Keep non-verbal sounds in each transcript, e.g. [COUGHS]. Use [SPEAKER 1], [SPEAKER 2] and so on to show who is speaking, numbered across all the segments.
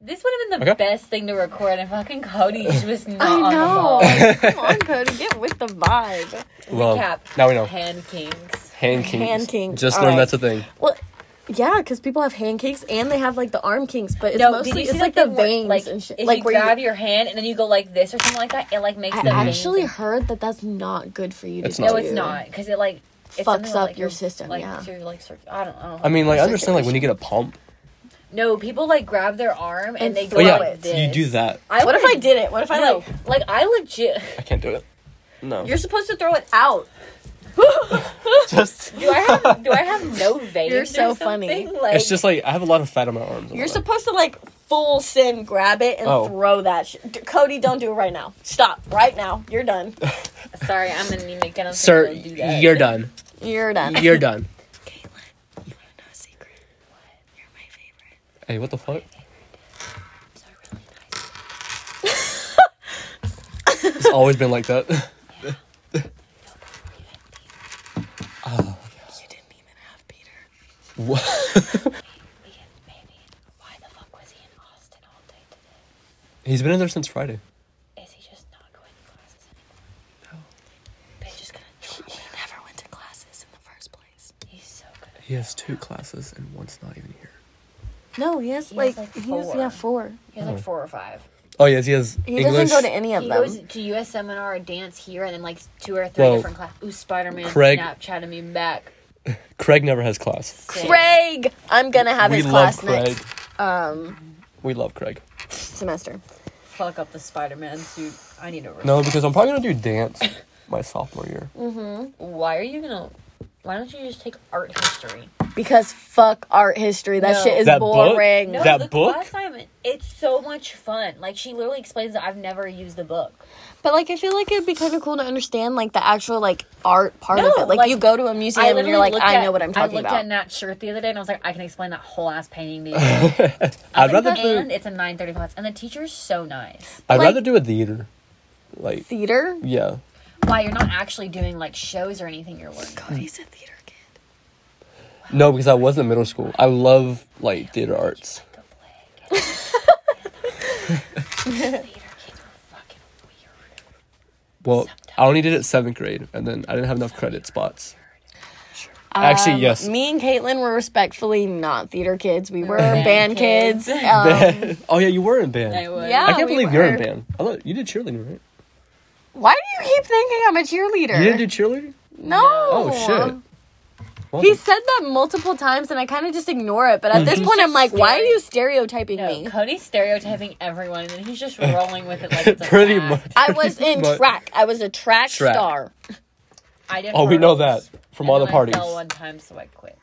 [SPEAKER 1] This would have been the
[SPEAKER 2] Okay.
[SPEAKER 1] best thing to record, and fucking
[SPEAKER 2] [LAUGHS]
[SPEAKER 1] Cody was not
[SPEAKER 3] I
[SPEAKER 1] on the
[SPEAKER 3] know.
[SPEAKER 1] ball.
[SPEAKER 3] Come [LAUGHS] on, Cody, get with the vibe.
[SPEAKER 2] Well,
[SPEAKER 1] Recap.
[SPEAKER 2] Um, now we know.
[SPEAKER 1] Hand kings.
[SPEAKER 2] Hand kings.
[SPEAKER 3] Hand kings.
[SPEAKER 2] Just
[SPEAKER 3] All
[SPEAKER 2] learned
[SPEAKER 3] right.
[SPEAKER 2] that's a thing.
[SPEAKER 3] Well, yeah, because people have hand kinks and they have like the arm kinks, but it's
[SPEAKER 1] no, did
[SPEAKER 3] mostly
[SPEAKER 1] you see
[SPEAKER 3] it's
[SPEAKER 1] that
[SPEAKER 3] like the
[SPEAKER 1] thing where,
[SPEAKER 3] veins
[SPEAKER 1] like,
[SPEAKER 3] and shit.
[SPEAKER 1] If
[SPEAKER 3] Like
[SPEAKER 1] you
[SPEAKER 3] where you-
[SPEAKER 1] grab your hand and then you go like this or something like that, it like makes
[SPEAKER 3] I
[SPEAKER 1] the veins
[SPEAKER 3] actually
[SPEAKER 1] and-
[SPEAKER 3] heard that that's not good for you.
[SPEAKER 2] It's
[SPEAKER 3] to
[SPEAKER 2] not.
[SPEAKER 1] No,
[SPEAKER 3] do.
[SPEAKER 1] it's not because it like it's
[SPEAKER 3] Fucks
[SPEAKER 1] something
[SPEAKER 3] up
[SPEAKER 1] like,
[SPEAKER 3] your system,
[SPEAKER 1] Like
[SPEAKER 3] yeah.
[SPEAKER 1] your like circ- I don't, I don't.
[SPEAKER 2] I mean, like, I
[SPEAKER 3] It's like
[SPEAKER 2] understand, like, when you
[SPEAKER 3] the-
[SPEAKER 2] get a pump.
[SPEAKER 1] no, people like grab their arm and,
[SPEAKER 3] And
[SPEAKER 1] they
[SPEAKER 3] throw
[SPEAKER 1] go
[SPEAKER 3] Oh, yeah,
[SPEAKER 1] like this.
[SPEAKER 2] you do that.
[SPEAKER 1] I
[SPEAKER 3] What if I
[SPEAKER 1] wouldn't-
[SPEAKER 3] did it? What if I
[SPEAKER 1] No,
[SPEAKER 3] like?
[SPEAKER 1] like I legit. [LAUGHS]
[SPEAKER 2] I can't do it. No.
[SPEAKER 1] You're supposed to throw it
[SPEAKER 3] [LAUGHS]
[SPEAKER 1] out.
[SPEAKER 2] just.
[SPEAKER 1] Do I have do I have no veins?
[SPEAKER 3] [LAUGHS] You're
[SPEAKER 1] or
[SPEAKER 3] so funny.
[SPEAKER 1] something?
[SPEAKER 2] it's just like I have a lot of fat on my arms.
[SPEAKER 3] You're supposed to like full sin grab it and
[SPEAKER 2] Oh.
[SPEAKER 3] throw that. Sh- D- Cody, don't do it right now. Stop right now. You're done.
[SPEAKER 1] sorry, I'm anemic. I don't
[SPEAKER 2] Sir,
[SPEAKER 1] think I can do that.
[SPEAKER 2] you're done.
[SPEAKER 3] [LAUGHS] You're done.
[SPEAKER 2] You're done.
[SPEAKER 3] No secret. You're my
[SPEAKER 2] [LAUGHS]
[SPEAKER 3] favorite.
[SPEAKER 2] Hey, what the fuck? It's always been like that. [LAUGHS]
[SPEAKER 3] You didn't even have Peter.
[SPEAKER 2] What?
[SPEAKER 1] Maybe. Why the fuck was he in Austin all day today?
[SPEAKER 2] He's been in there since Friday.
[SPEAKER 1] Is he just not going to classes anymore? No. Bitch is gonna.
[SPEAKER 3] He never went to classes in the first place.
[SPEAKER 1] He's so good.
[SPEAKER 2] He has two classes and one's not even here.
[SPEAKER 3] No, he has
[SPEAKER 1] He
[SPEAKER 3] like,
[SPEAKER 1] has, like,
[SPEAKER 3] he has
[SPEAKER 1] four.
[SPEAKER 3] yeah four.
[SPEAKER 1] He has like four or five.
[SPEAKER 2] Oh yes, he has
[SPEAKER 3] He
[SPEAKER 2] English.
[SPEAKER 3] doesn't go to any of
[SPEAKER 1] He
[SPEAKER 3] them.
[SPEAKER 1] goes to US seminar or dance here, and then like two or three
[SPEAKER 2] Whoa.
[SPEAKER 1] different classes. Ooh, Spider Man
[SPEAKER 2] Craig-
[SPEAKER 1] Snapchatted me back.
[SPEAKER 2] Craig never has class.
[SPEAKER 1] Sick.
[SPEAKER 3] Craig, I'm gonna have
[SPEAKER 2] we
[SPEAKER 3] his
[SPEAKER 2] love
[SPEAKER 3] class
[SPEAKER 2] Craig.
[SPEAKER 3] next um
[SPEAKER 2] We love Craig.
[SPEAKER 3] semester.
[SPEAKER 1] fuck up the Spider Man suit. I need a rest.
[SPEAKER 2] No, because I'm probably gonna do
[SPEAKER 3] [LAUGHS]
[SPEAKER 2] dance my sophomore year.
[SPEAKER 3] Mm.
[SPEAKER 1] Why are you gonna? Why don't you just take art history?
[SPEAKER 3] Because fuck art history. That
[SPEAKER 1] No.
[SPEAKER 3] shit is
[SPEAKER 2] That book?
[SPEAKER 3] boring.
[SPEAKER 1] No,
[SPEAKER 2] That
[SPEAKER 1] the
[SPEAKER 2] book?
[SPEAKER 1] class I'm in, it's so much fun. Like she literally explains that I've never used the book.
[SPEAKER 3] But like I feel like it'd be kind of cool to understand like the actual like art part of
[SPEAKER 1] No,
[SPEAKER 3] it. Like,
[SPEAKER 1] like,
[SPEAKER 3] you go to a museum and you're like,
[SPEAKER 1] looked
[SPEAKER 3] I
[SPEAKER 1] at-
[SPEAKER 3] know what I'm talking
[SPEAKER 1] I looked
[SPEAKER 3] about.
[SPEAKER 1] at Nat's shirt the other day and I was like, I can explain that whole ass painting to you. I'd
[SPEAKER 2] [LAUGHS] I'd rather
[SPEAKER 1] and
[SPEAKER 2] do.
[SPEAKER 1] it's a 9:30 class, and the teacher's so nice.
[SPEAKER 2] I'd
[SPEAKER 3] like-
[SPEAKER 2] rather do a theater. Like
[SPEAKER 3] Theater?
[SPEAKER 2] yeah,
[SPEAKER 1] Why you're not actually doing like shows or anything? You're learning.
[SPEAKER 2] Hmm.
[SPEAKER 3] Cody's a theater kid.
[SPEAKER 2] no, because I was in middle school. I love like theater arts.
[SPEAKER 1] Go [LAUGHS]
[SPEAKER 3] [LAUGHS]
[SPEAKER 1] play. Theater kids were fucking weird.
[SPEAKER 2] Well, I only did it seventh grade, and then I didn't have enough credit spots. Actually,
[SPEAKER 3] Um,
[SPEAKER 2] yes. [LAUGHS]
[SPEAKER 3] Me and Caitlin were respectfully not theater kids. We were
[SPEAKER 1] band
[SPEAKER 3] band,
[SPEAKER 1] [LAUGHS]
[SPEAKER 3] kids.
[SPEAKER 1] kids.
[SPEAKER 3] Um,
[SPEAKER 2] oh yeah, you were in band.
[SPEAKER 1] I would.
[SPEAKER 3] Yeah.
[SPEAKER 2] I can't
[SPEAKER 3] we
[SPEAKER 2] believe you're in
[SPEAKER 3] were.
[SPEAKER 2] band. I thought you did cheerleading, right?
[SPEAKER 3] why do you keep thinking I'm a cheerleader?
[SPEAKER 2] You didn't do cheerleading?
[SPEAKER 3] no.
[SPEAKER 2] Oh shit. Well,
[SPEAKER 3] He said that multiple times, and I kind of just ignore it. But
[SPEAKER 2] Mm-hmm.
[SPEAKER 3] at this point, I'm like, why are you stereotyping
[SPEAKER 1] No,
[SPEAKER 3] me?
[SPEAKER 1] Cody's stereotyping everyone, and then he's just rolling with it like it's a
[SPEAKER 2] [LAUGHS] pretty
[SPEAKER 1] fact.
[SPEAKER 2] much.
[SPEAKER 3] I was in
[SPEAKER 2] But-
[SPEAKER 3] track. I was a track,
[SPEAKER 2] Track.
[SPEAKER 3] star.
[SPEAKER 1] I did.
[SPEAKER 2] Oh, we know
[SPEAKER 1] hurdles,
[SPEAKER 2] that from
[SPEAKER 1] and
[SPEAKER 2] all the
[SPEAKER 1] then
[SPEAKER 2] parties.
[SPEAKER 1] I fell one time, so I quit.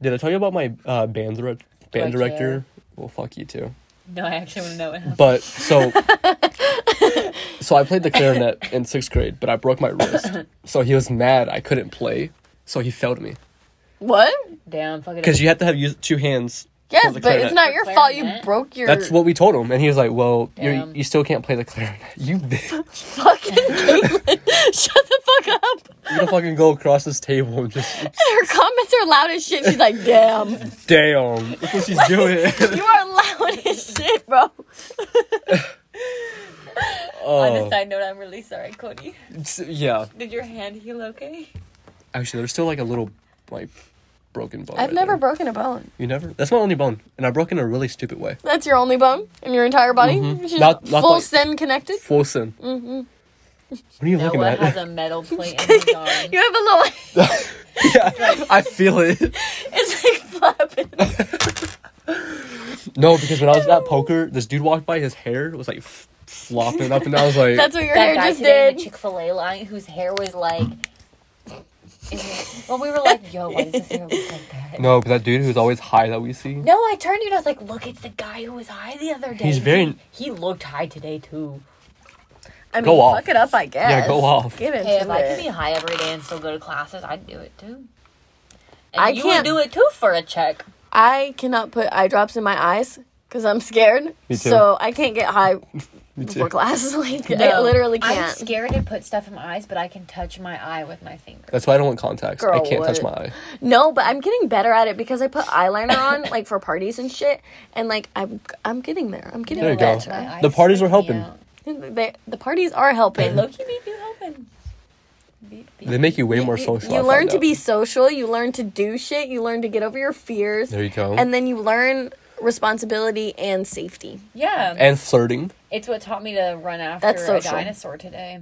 [SPEAKER 2] Did I tell you about my uh, band direct-
[SPEAKER 1] I
[SPEAKER 2] band
[SPEAKER 1] care?
[SPEAKER 2] director? Well, fuck you too.
[SPEAKER 1] No, I actually want to know what happened.
[SPEAKER 2] But so, [LAUGHS] so I played the clarinet in sixth grade, but I broke my wrist. So he was mad I couldn't play, so he failed me
[SPEAKER 3] What?
[SPEAKER 1] Damn, fuck it.
[SPEAKER 2] because you have to have use two hands.
[SPEAKER 3] Yes,
[SPEAKER 2] the
[SPEAKER 3] but
[SPEAKER 2] clarinet.
[SPEAKER 3] it's not your fault. You
[SPEAKER 1] Clarinet?
[SPEAKER 3] broke your
[SPEAKER 2] That's what we told him, and he was like, "Well, you
[SPEAKER 1] Damn.
[SPEAKER 2] you still can't play the clarinet. [LAUGHS] You bitch.
[SPEAKER 1] [LAUGHS]
[SPEAKER 3] fucking Caitlin. [LAUGHS] Shut the fuck up.
[SPEAKER 2] You don't fucking go across this table and just
[SPEAKER 3] Her comments are loud as shit. She's like, damn,
[SPEAKER 2] [LAUGHS] damn. That's what she's doing. [LAUGHS]
[SPEAKER 3] you are loud as
[SPEAKER 1] [LAUGHS]
[SPEAKER 3] shit, bro.
[SPEAKER 1] On a
[SPEAKER 2] oh,
[SPEAKER 1] side note, I'm really sorry, Cody.
[SPEAKER 2] it's- yeah.
[SPEAKER 1] Did your hand heal okay?
[SPEAKER 2] Actually, there's still like a little like broken bone.
[SPEAKER 3] I've
[SPEAKER 2] right
[SPEAKER 3] never
[SPEAKER 2] there.
[SPEAKER 3] broken a bone.
[SPEAKER 2] You never? That's my only bone, and I broke in a really stupid way.
[SPEAKER 3] That's your only bone in your entire body. She's
[SPEAKER 2] Mm-hmm. Not- not
[SPEAKER 3] full
[SPEAKER 2] like-
[SPEAKER 3] sin connected.
[SPEAKER 2] Full sin. Mm-hmm. What are you looking
[SPEAKER 1] Noah has
[SPEAKER 2] at?
[SPEAKER 1] a [LAUGHS] metal plate in his arm.
[SPEAKER 3] You have a little. [LAUGHS]
[SPEAKER 2] yeah, [LAUGHS] I feel it.
[SPEAKER 3] it's like flapping.
[SPEAKER 2] No, because when I was at poker, this dude walked by, his hair was like f- flopping up, and I was like,
[SPEAKER 3] That's what your
[SPEAKER 1] that
[SPEAKER 3] hair
[SPEAKER 1] guy
[SPEAKER 3] just
[SPEAKER 1] today in
[SPEAKER 3] did.
[SPEAKER 1] the Chick Fil A line, whose hair was like. well, we were like, "Yo, why does his hair look like [LAUGHS] that?"
[SPEAKER 2] no, but that dude who's always high that we see.
[SPEAKER 1] No, Oh, I turned to you and I was like, "Look, it's the guy who was high the other day."
[SPEAKER 2] He's very-
[SPEAKER 1] He, he looked high today too.
[SPEAKER 3] I mean,
[SPEAKER 2] Go off.
[SPEAKER 3] fuck it up, I guess.
[SPEAKER 2] Yeah, go off.
[SPEAKER 3] Get into
[SPEAKER 1] Hey, if I
[SPEAKER 3] it.
[SPEAKER 1] could be high every day and still go to classes, I'd do it too. And
[SPEAKER 3] I
[SPEAKER 1] you would
[SPEAKER 3] can't-
[SPEAKER 1] do it too for a check.
[SPEAKER 3] I cannot put eye drops in my eyes because I'm scared.
[SPEAKER 2] Me too.
[SPEAKER 3] So I can't
[SPEAKER 2] [LAUGHS]
[SPEAKER 3] get high before
[SPEAKER 2] too.
[SPEAKER 3] class. [LAUGHS] Like I
[SPEAKER 1] No,
[SPEAKER 3] literally
[SPEAKER 1] I'm
[SPEAKER 3] can't.
[SPEAKER 1] scared to put stuff in my eyes, but I can touch my eye with my finger.
[SPEAKER 2] That's why I don't want contacts. I
[SPEAKER 3] Girl,
[SPEAKER 2] can't touch my
[SPEAKER 3] what?
[SPEAKER 2] eye.
[SPEAKER 3] No, but I'm getting better at it because I put eyeliner on like for parties and shit, and like I'm I'm getting there. I'm getting
[SPEAKER 2] There you go.
[SPEAKER 3] better.
[SPEAKER 1] My
[SPEAKER 2] The
[SPEAKER 1] eyes
[SPEAKER 2] parties
[SPEAKER 1] freak
[SPEAKER 2] are
[SPEAKER 1] me
[SPEAKER 2] helping.
[SPEAKER 1] out.
[SPEAKER 3] They, the parties are helping.
[SPEAKER 1] Loki beat you helping. Beat- beat-
[SPEAKER 2] They make you way more
[SPEAKER 3] You-
[SPEAKER 2] social.
[SPEAKER 3] You,
[SPEAKER 2] I
[SPEAKER 3] learn
[SPEAKER 2] found
[SPEAKER 3] to
[SPEAKER 2] out.
[SPEAKER 3] be social. You learn to do shit. You learn to get over your fears.
[SPEAKER 2] There you go.
[SPEAKER 3] And then you learn responsibility and safety.
[SPEAKER 1] Yeah,
[SPEAKER 2] and flirting.
[SPEAKER 1] it's what taught me to run after
[SPEAKER 3] That's
[SPEAKER 1] a
[SPEAKER 3] social.
[SPEAKER 1] dinosaur today.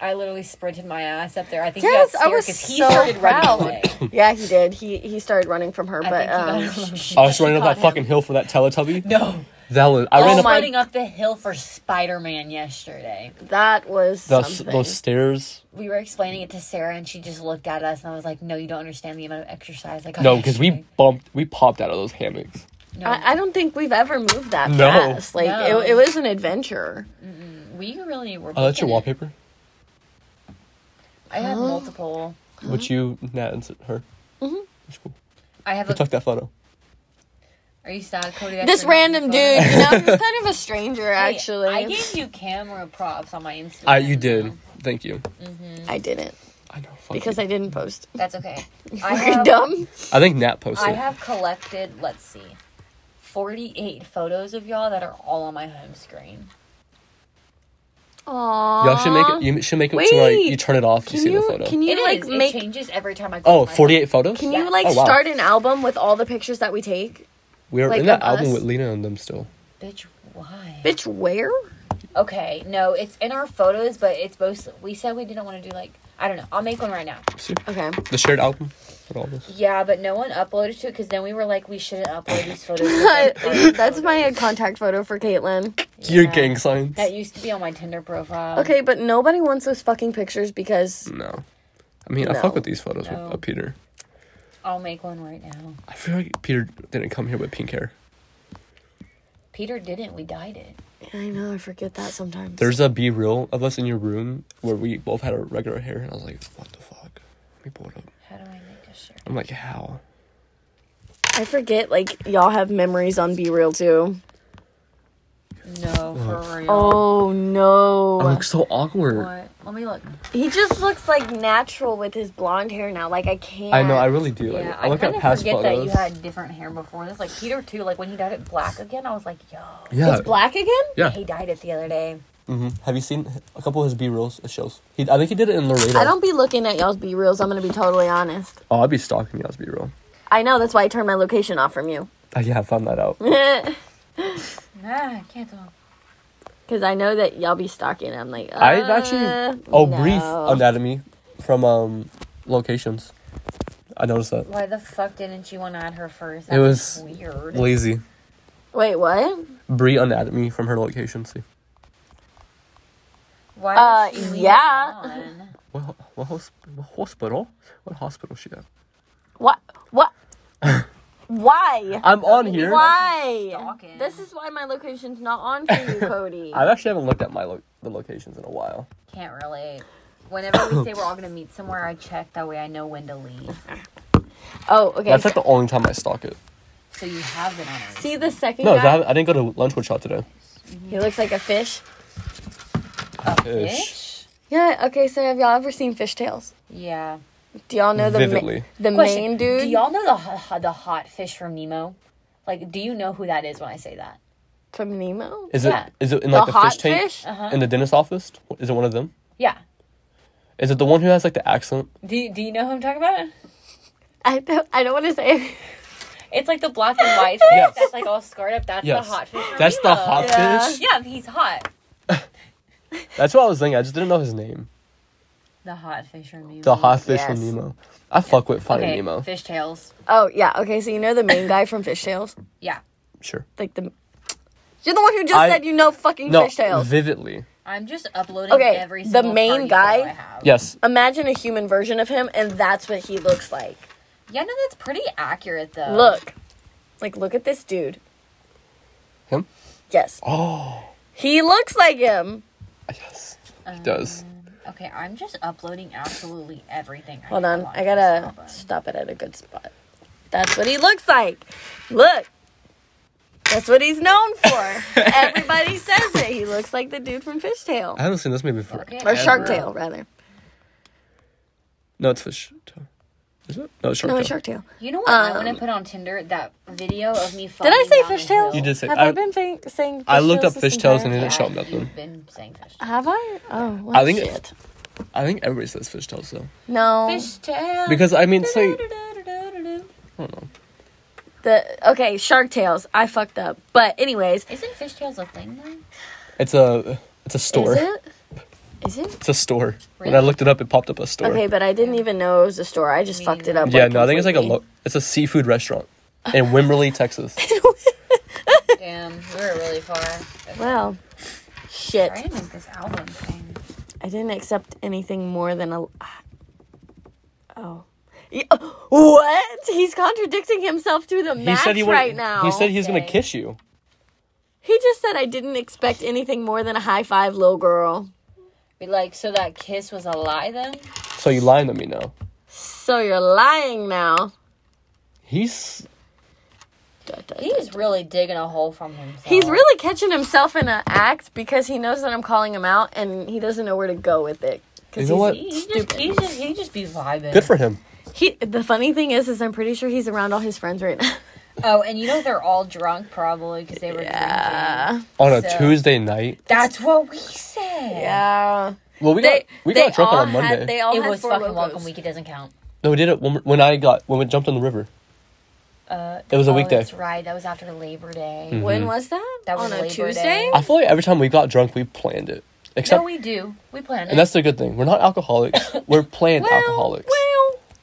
[SPEAKER 1] I literally sprinted my ass up there. I think
[SPEAKER 3] Yes,
[SPEAKER 1] he got
[SPEAKER 3] I
[SPEAKER 1] scared
[SPEAKER 3] was
[SPEAKER 1] because he
[SPEAKER 3] so
[SPEAKER 1] started
[SPEAKER 3] proud.
[SPEAKER 1] running away.
[SPEAKER 3] yeah, he did. He he started running from her,
[SPEAKER 1] I
[SPEAKER 3] but
[SPEAKER 1] think [LAUGHS]
[SPEAKER 3] um,
[SPEAKER 1] he got away.
[SPEAKER 2] [LAUGHS] Oh, I was running up that fucking hill for that Teletubby.
[SPEAKER 1] No,
[SPEAKER 2] That one. I
[SPEAKER 1] I
[SPEAKER 2] ran
[SPEAKER 1] was
[SPEAKER 2] up
[SPEAKER 3] Oh my-
[SPEAKER 1] running up the hill for Spider Man yesterday.
[SPEAKER 3] [LAUGHS] that was
[SPEAKER 2] those,
[SPEAKER 3] something.
[SPEAKER 2] those stairs.
[SPEAKER 1] We were explaining it to Sarah, and she just looked at us, and I was like, "No, you don't understand the amount of exercise I got."
[SPEAKER 2] No, because we
[SPEAKER 1] yesterday."
[SPEAKER 2] bumped. We popped out of those hammocks.
[SPEAKER 1] no,
[SPEAKER 3] I, I don't think we've ever moved that
[SPEAKER 2] No.
[SPEAKER 3] fast. Like
[SPEAKER 1] No.
[SPEAKER 3] it, it was an adventure.
[SPEAKER 1] we really were.
[SPEAKER 2] Oh, that's
[SPEAKER 1] booking
[SPEAKER 2] your
[SPEAKER 1] it.
[SPEAKER 2] wallpaper.
[SPEAKER 1] I have multiple.
[SPEAKER 3] Uh-huh.
[SPEAKER 2] Which you, Nat, and s- her.
[SPEAKER 3] Mm-hmm.
[SPEAKER 2] That's cool.
[SPEAKER 1] I have
[SPEAKER 2] Who
[SPEAKER 1] a.
[SPEAKER 2] took that photo?
[SPEAKER 1] Are you sad, Cody? that
[SPEAKER 3] This
[SPEAKER 1] you're not
[SPEAKER 3] random
[SPEAKER 1] in
[SPEAKER 3] dude,
[SPEAKER 1] the
[SPEAKER 3] you
[SPEAKER 1] photo?
[SPEAKER 3] know, he's
[SPEAKER 2] [LAUGHS]
[SPEAKER 3] kind of a stranger.
[SPEAKER 1] Hey,
[SPEAKER 3] Actually,
[SPEAKER 1] I gave you camera props on my Instagram.
[SPEAKER 2] I. You did. Thank you.
[SPEAKER 3] I didn't
[SPEAKER 2] I know. Fuck
[SPEAKER 3] because
[SPEAKER 2] you.
[SPEAKER 3] I didn't post. [LAUGHS]
[SPEAKER 1] That's okay. I
[SPEAKER 3] Fucking
[SPEAKER 1] have,
[SPEAKER 3] dumb.
[SPEAKER 2] I think Nat posted.
[SPEAKER 1] I have collected. Let's see, forty-eight photos of y'all that are all on my home screen.
[SPEAKER 3] Aww.
[SPEAKER 2] Y'all should make it. You should make it to where like, you
[SPEAKER 3] Wait.
[SPEAKER 2] turn it off. you
[SPEAKER 3] Can
[SPEAKER 2] see
[SPEAKER 3] you,
[SPEAKER 2] the photo.
[SPEAKER 3] can you
[SPEAKER 1] It
[SPEAKER 3] like
[SPEAKER 1] is.
[SPEAKER 3] make
[SPEAKER 1] it changes every time I go.
[SPEAKER 2] oh,
[SPEAKER 1] to my
[SPEAKER 2] 48 photos.
[SPEAKER 3] Can
[SPEAKER 1] Yeah.
[SPEAKER 3] you like
[SPEAKER 2] Oh, wow.
[SPEAKER 3] start an album with all the pictures that we take?
[SPEAKER 2] we are
[SPEAKER 3] like
[SPEAKER 2] in that
[SPEAKER 3] of
[SPEAKER 2] album
[SPEAKER 3] us?
[SPEAKER 2] with Lena and them still.
[SPEAKER 1] phone. Bitch, why?
[SPEAKER 3] Bitch, where?
[SPEAKER 1] Okay, no, it's in our photos, but it's mostly. We said we didn't want to do like. I don't know. I'll make one right now.
[SPEAKER 2] See
[SPEAKER 3] Okay.
[SPEAKER 2] the shared album. With all this.
[SPEAKER 1] Yeah, but no one uploaded to it because then we were like, we shouldn't upload these
[SPEAKER 3] [LAUGHS]
[SPEAKER 1] photos.
[SPEAKER 3] That's my contact photo for Caitlin.
[SPEAKER 2] Your
[SPEAKER 1] Yeah.
[SPEAKER 2] gang signs.
[SPEAKER 1] That used to be on my Tinder profile.
[SPEAKER 3] Okay, but nobody wants those fucking pictures because
[SPEAKER 2] no. I mean, I
[SPEAKER 3] No.
[SPEAKER 2] fuck with these photos
[SPEAKER 1] No.
[SPEAKER 2] with uh, Peter.
[SPEAKER 1] I'll make one right now.
[SPEAKER 2] I feel like Peter didn't come here with pink hair.
[SPEAKER 1] Peter didn't. We dyed it.
[SPEAKER 3] I know I forget that sometimes.
[SPEAKER 2] There's a B reel of us in your room where we both had our regular hair, and I was like, what the fuck? Let me pull it up.
[SPEAKER 1] How do I make a shirt?
[SPEAKER 2] I'm like, how?
[SPEAKER 3] I forget like y'all have memories on Be Real too.
[SPEAKER 1] No, for real.
[SPEAKER 3] Oh no.
[SPEAKER 2] I look so awkward.
[SPEAKER 1] What? Let me look.
[SPEAKER 3] He just looks like natural with his blonde hair now. Like I can't.
[SPEAKER 2] I know, I really do. Like,
[SPEAKER 1] Yeah,
[SPEAKER 2] I
[SPEAKER 1] I,
[SPEAKER 2] look
[SPEAKER 1] kind
[SPEAKER 2] at
[SPEAKER 1] of
[SPEAKER 2] past
[SPEAKER 1] forget that
[SPEAKER 2] photos.
[SPEAKER 1] you had different hair before this. Like Peter too. Like when he dyed it black again, I was like, yo.
[SPEAKER 2] yeah.
[SPEAKER 3] It's black again.
[SPEAKER 2] Yeah.
[SPEAKER 1] He dyed it the other day.
[SPEAKER 2] hmm Have you seen a couple of his B reels? It shows. He, I think he did it in Laredo.
[SPEAKER 3] I don't be looking at y'all's B reels. I'm gonna be totally honest.
[SPEAKER 2] Oh, I'd be stalking y'all's B [LAUGHS] reel. I
[SPEAKER 3] I know that's why I turned my location off from you. [LAUGHS]
[SPEAKER 2] yeah, I found that
[SPEAKER 3] Uh,
[SPEAKER 2] out.
[SPEAKER 1] Nah, can't tell.
[SPEAKER 3] Cause I know that y'all be stalking. I'm like, uh,
[SPEAKER 2] I've actually. Oh, brief
[SPEAKER 3] no.
[SPEAKER 2] anatomy from um locations. I noticed that.
[SPEAKER 1] Why the fuck didn't you want to add her first?
[SPEAKER 2] It was-
[SPEAKER 1] weird.
[SPEAKER 2] Lazy.
[SPEAKER 3] Wait, what?
[SPEAKER 2] Brie anatomy from her location. See.
[SPEAKER 1] Why?
[SPEAKER 3] Uh,
[SPEAKER 1] was she leaving
[SPEAKER 3] yeah.
[SPEAKER 1] on?
[SPEAKER 2] What, what, hos- what hospital? What hospital she at?
[SPEAKER 3] What?
[SPEAKER 2] [LAUGHS]
[SPEAKER 3] What? why?
[SPEAKER 2] I'm on here.
[SPEAKER 3] Why?
[SPEAKER 1] Stalking.
[SPEAKER 3] This is why my location's not on for
[SPEAKER 2] [LAUGHS]
[SPEAKER 3] you, Cody.
[SPEAKER 2] I actually haven't looked at my lo- the locations in a while.
[SPEAKER 1] Can't relate. Whenever we say we're all gonna meet somewhere, I check that way I know when to leave.
[SPEAKER 3] oh, okay.
[SPEAKER 2] That's like the only time I stalk it.
[SPEAKER 1] So you have been on it.
[SPEAKER 3] See the second
[SPEAKER 2] No, 'cause I,
[SPEAKER 3] guy?
[SPEAKER 2] haven't- I didn't go to lunch with y'all today.
[SPEAKER 3] He looks like a fish.
[SPEAKER 2] Ish.
[SPEAKER 1] Ish?
[SPEAKER 3] Yeah. Okay. So have y'all ever seen fishtails?
[SPEAKER 1] Yeah.
[SPEAKER 3] Do y'all know the ma-
[SPEAKER 2] Vividly.
[SPEAKER 3] the
[SPEAKER 1] Question,
[SPEAKER 3] main dude?
[SPEAKER 1] Do y'all know the ho- the hot fish from Nemo? Like, do you know who that is when I say that?
[SPEAKER 3] from Nemo?
[SPEAKER 2] Is it is
[SPEAKER 1] Yeah.
[SPEAKER 2] it in like the,
[SPEAKER 3] The hot
[SPEAKER 2] fish tank
[SPEAKER 3] fish?
[SPEAKER 1] Uh-huh.
[SPEAKER 2] in the dentist office? Is it one of them?
[SPEAKER 1] Yeah.
[SPEAKER 2] Is it the one who has like the accent?
[SPEAKER 1] Do you, Do you know who I'm talking about?
[SPEAKER 3] I don't. I don't want to say. it.
[SPEAKER 1] It's like the black and
[SPEAKER 3] [LAUGHS]
[SPEAKER 1] white fish
[SPEAKER 2] Yes.
[SPEAKER 1] that's like all scarred up. That's
[SPEAKER 2] Yes.
[SPEAKER 1] the hot fish. From
[SPEAKER 2] That's the
[SPEAKER 1] Nemo.
[SPEAKER 2] hot
[SPEAKER 3] Yeah.
[SPEAKER 2] fish.
[SPEAKER 1] Yeah, he's hot.
[SPEAKER 2] That's what I was thinking. I just didn't know his name.
[SPEAKER 1] The hot fish from Nemo.
[SPEAKER 2] The hot fish from
[SPEAKER 3] Yes.
[SPEAKER 2] Nemo. I fuck with Finding
[SPEAKER 1] okay,
[SPEAKER 2] Nemo.
[SPEAKER 1] Fish tails.
[SPEAKER 3] [LAUGHS] Oh yeah. Okay. So you know the main guy from Fishtails?
[SPEAKER 1] Yeah.
[SPEAKER 2] Sure.
[SPEAKER 3] Like the. You're the one who just
[SPEAKER 2] I-
[SPEAKER 3] said you know fucking
[SPEAKER 2] No,
[SPEAKER 3] fishtails.
[SPEAKER 2] vividly.
[SPEAKER 1] I'm just uploading
[SPEAKER 3] Okay,
[SPEAKER 1] every
[SPEAKER 3] the
[SPEAKER 1] single party
[SPEAKER 3] main
[SPEAKER 1] photo
[SPEAKER 3] guy-
[SPEAKER 1] I have.
[SPEAKER 2] Yes.
[SPEAKER 3] Imagine a human version of him, and that's what he looks like.
[SPEAKER 1] Yeah, no, that's pretty accurate though.
[SPEAKER 3] Look, like look at this dude.
[SPEAKER 2] Him?
[SPEAKER 3] Yes,
[SPEAKER 2] Oh.
[SPEAKER 3] he looks like him.
[SPEAKER 2] Yes. He does.
[SPEAKER 1] Okay, I'm just uploading absolutely everything. I
[SPEAKER 3] Hold
[SPEAKER 1] have
[SPEAKER 3] on,
[SPEAKER 1] on
[SPEAKER 3] I gotta
[SPEAKER 1] this album.
[SPEAKER 3] stop it at a good spot. That's what he looks like. Look, That's what he's known for. Everybody says it. He looks like the dude from
[SPEAKER 2] I
[SPEAKER 3] Fishtail.
[SPEAKER 2] haven't seen this movie before.
[SPEAKER 1] Okay.
[SPEAKER 3] Or Shark
[SPEAKER 1] Ever.
[SPEAKER 3] Tale, rather.
[SPEAKER 2] No, it's Fish Tale. Is it? No, it's Shark
[SPEAKER 3] No,
[SPEAKER 2] Tale.
[SPEAKER 3] it's Shark Tale.
[SPEAKER 1] You know what? I want to put on Tinder that video of me.
[SPEAKER 3] Um, Did I say Fishtail?
[SPEAKER 1] fishtail?
[SPEAKER 2] You did say-
[SPEAKER 3] Have
[SPEAKER 2] I-
[SPEAKER 3] I, been fa- saying
[SPEAKER 2] I looked up
[SPEAKER 3] this
[SPEAKER 2] Fishtails
[SPEAKER 3] entire
[SPEAKER 2] and it-
[SPEAKER 3] time?
[SPEAKER 2] show nothing.
[SPEAKER 1] You've been saying fishtail.
[SPEAKER 3] Have I? Oh, well,
[SPEAKER 2] I think
[SPEAKER 3] shit.
[SPEAKER 2] it- I think everybody says Fish Tales though.
[SPEAKER 3] No.
[SPEAKER 1] Fishtail.
[SPEAKER 2] Because I mean, say
[SPEAKER 3] The okay, Shark Tales. I fucked up. But anyways,
[SPEAKER 1] [LAUGHS] Isn't fishtails a thing
[SPEAKER 3] [LAUGHS]
[SPEAKER 1] though?
[SPEAKER 2] it's a it's a store.
[SPEAKER 3] is it? Is it?
[SPEAKER 2] It's a store. When I
[SPEAKER 1] Really?
[SPEAKER 2] looked it up, it popped up a store.
[SPEAKER 3] Okay, but I didn't even know it was a store. I just
[SPEAKER 1] Me
[SPEAKER 3] fucked it up.
[SPEAKER 2] yeah,
[SPEAKER 3] like,
[SPEAKER 2] no, I think it's like a
[SPEAKER 3] completely.
[SPEAKER 2] lo- it's a seafood restaurant in Wimberley, Texas.
[SPEAKER 3] [LAUGHS]
[SPEAKER 1] Damn, we were really far. That's
[SPEAKER 3] Wow. Shit.
[SPEAKER 1] trying to make this album thing.
[SPEAKER 3] I didn't accept anything more than a. ah, Oh. Yeah, What? He's contradicting himself through the
[SPEAKER 2] he
[SPEAKER 3] max
[SPEAKER 2] said he wa-
[SPEAKER 3] right now.
[SPEAKER 2] He said he's gonna
[SPEAKER 1] Okay.
[SPEAKER 2] kiss you.
[SPEAKER 3] He just said I didn't expect anything more than a high five, little girl.
[SPEAKER 1] Be like, so that kiss was a lie then?
[SPEAKER 2] So you lying to me now.
[SPEAKER 3] So you're lying now.
[SPEAKER 2] He's
[SPEAKER 3] Da, da, da.
[SPEAKER 1] He's really digging a hole from himself.
[SPEAKER 3] He's really catching himself in an act because he knows that I'm calling him out and he doesn't know where to go with it. 'Cause
[SPEAKER 2] You know what?
[SPEAKER 3] he's-
[SPEAKER 1] He, he just, he just, he just be vibing.
[SPEAKER 2] good for him.
[SPEAKER 3] He, the funny thing is, is I'm pretty sure he's around all his friends right now.
[SPEAKER 1] Oh, and you know they're all drunk probably because they were drinking.
[SPEAKER 3] Yeah.
[SPEAKER 2] On a
[SPEAKER 1] So-
[SPEAKER 2] Tuesday night.
[SPEAKER 1] That's what we said.
[SPEAKER 3] [LAUGHS] Yeah.
[SPEAKER 2] Well, we
[SPEAKER 3] They,
[SPEAKER 2] got we
[SPEAKER 3] they
[SPEAKER 2] got drunk
[SPEAKER 3] all
[SPEAKER 2] on a Monday.
[SPEAKER 3] Had, they all
[SPEAKER 1] It
[SPEAKER 3] had
[SPEAKER 1] was
[SPEAKER 3] four
[SPEAKER 1] fucking
[SPEAKER 3] locos.
[SPEAKER 1] welcome week. It doesn't count.
[SPEAKER 2] no, we did it when, we- when I got when we jumped in the river.
[SPEAKER 1] Uh,
[SPEAKER 2] It was a
[SPEAKER 1] oh,
[SPEAKER 2] weekday. Hmm.
[SPEAKER 1] That's right. That was after Labor Day.
[SPEAKER 3] When was that?
[SPEAKER 1] That was
[SPEAKER 3] on a
[SPEAKER 1] Labor
[SPEAKER 3] Tuesday.
[SPEAKER 1] Day.
[SPEAKER 2] Mm-hmm. I feel like every time we got drunk, we planned it. Except,
[SPEAKER 1] no, we do. We plan
[SPEAKER 2] and
[SPEAKER 1] it.
[SPEAKER 2] that's the good thing. We're not
[SPEAKER 3] [LAUGHS]
[SPEAKER 2] alcoholics. We're planned alcoholics.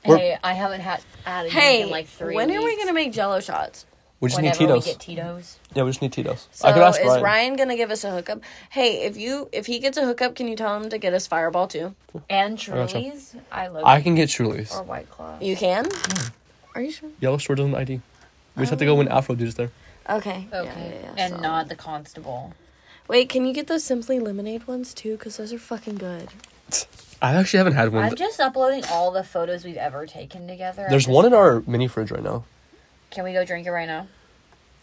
[SPEAKER 3] well.
[SPEAKER 1] Hey, I haven't had had a drink
[SPEAKER 3] Hey,
[SPEAKER 1] in like three.
[SPEAKER 3] when
[SPEAKER 1] weeks.
[SPEAKER 3] are we gonna make Jello shots?
[SPEAKER 2] we just
[SPEAKER 1] Whenever
[SPEAKER 2] need Tito's.
[SPEAKER 1] we get Tito's.
[SPEAKER 2] yeah, we just need Tito's.
[SPEAKER 3] So
[SPEAKER 2] I could ask
[SPEAKER 3] is
[SPEAKER 2] Ryan.
[SPEAKER 3] Ryan. gonna give us a hookup? Hey, if you if he gets a hookup, can you tell him to get us Fireball too?
[SPEAKER 1] And
[SPEAKER 2] gotcha.
[SPEAKER 1] Truly's. I love
[SPEAKER 2] I can get Truly's.
[SPEAKER 3] Oh.
[SPEAKER 1] Or White Claw.
[SPEAKER 3] You can.
[SPEAKER 2] Hmm.
[SPEAKER 3] Are you sure?
[SPEAKER 2] Yellow store doesn't ID. We just have
[SPEAKER 3] Oh.
[SPEAKER 2] to go when Afro dude's there.
[SPEAKER 3] Okay. Yeah,
[SPEAKER 1] Okay.
[SPEAKER 3] yeah, yeah,
[SPEAKER 1] and
[SPEAKER 3] so-
[SPEAKER 1] not the Constable.
[SPEAKER 3] Wait, can you get those Simply Lemonade ones too? Because those are fucking good.
[SPEAKER 2] I actually haven't had one.
[SPEAKER 1] I'm
[SPEAKER 2] but
[SPEAKER 1] just uploading all the photos we've ever taken together. I'm
[SPEAKER 2] There's
[SPEAKER 1] just-
[SPEAKER 2] one in our mini fridge right now.
[SPEAKER 1] Can we go drink it right now?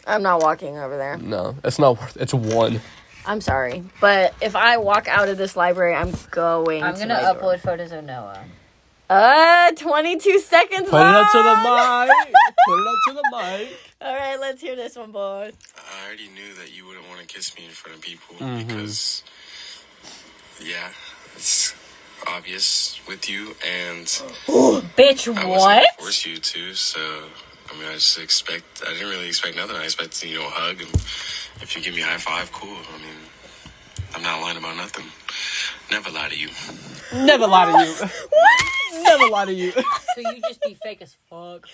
[SPEAKER 3] I'm not walking over there.
[SPEAKER 2] No, it's not worth. It's one.
[SPEAKER 3] I'm sorry, but if I walk out of this library, I'm going.
[SPEAKER 1] I'm
[SPEAKER 3] to
[SPEAKER 1] gonna
[SPEAKER 3] my door.
[SPEAKER 1] upload photos of Noah.
[SPEAKER 3] Uh, 22 seconds
[SPEAKER 2] Put it up to the
[SPEAKER 3] long.
[SPEAKER 2] mic. Put it up to the mic.
[SPEAKER 3] All right, let's hear this one, boys.
[SPEAKER 4] I already knew that you wouldn't want to kiss me in front of people because, yeah, it's obvious with you, and
[SPEAKER 1] Bitch,
[SPEAKER 4] I wasn't
[SPEAKER 1] what?
[SPEAKER 4] gonna force you to. So, I mean, I just expect. I didn't really expect nothing. I expected you know a hug, and if you give me a high five, cool. I mean, I'm not lying about nothing. Never lie to you.
[SPEAKER 2] Never lie [LAUGHS] to you. Never lie to you.
[SPEAKER 1] So you just be fake as fuck.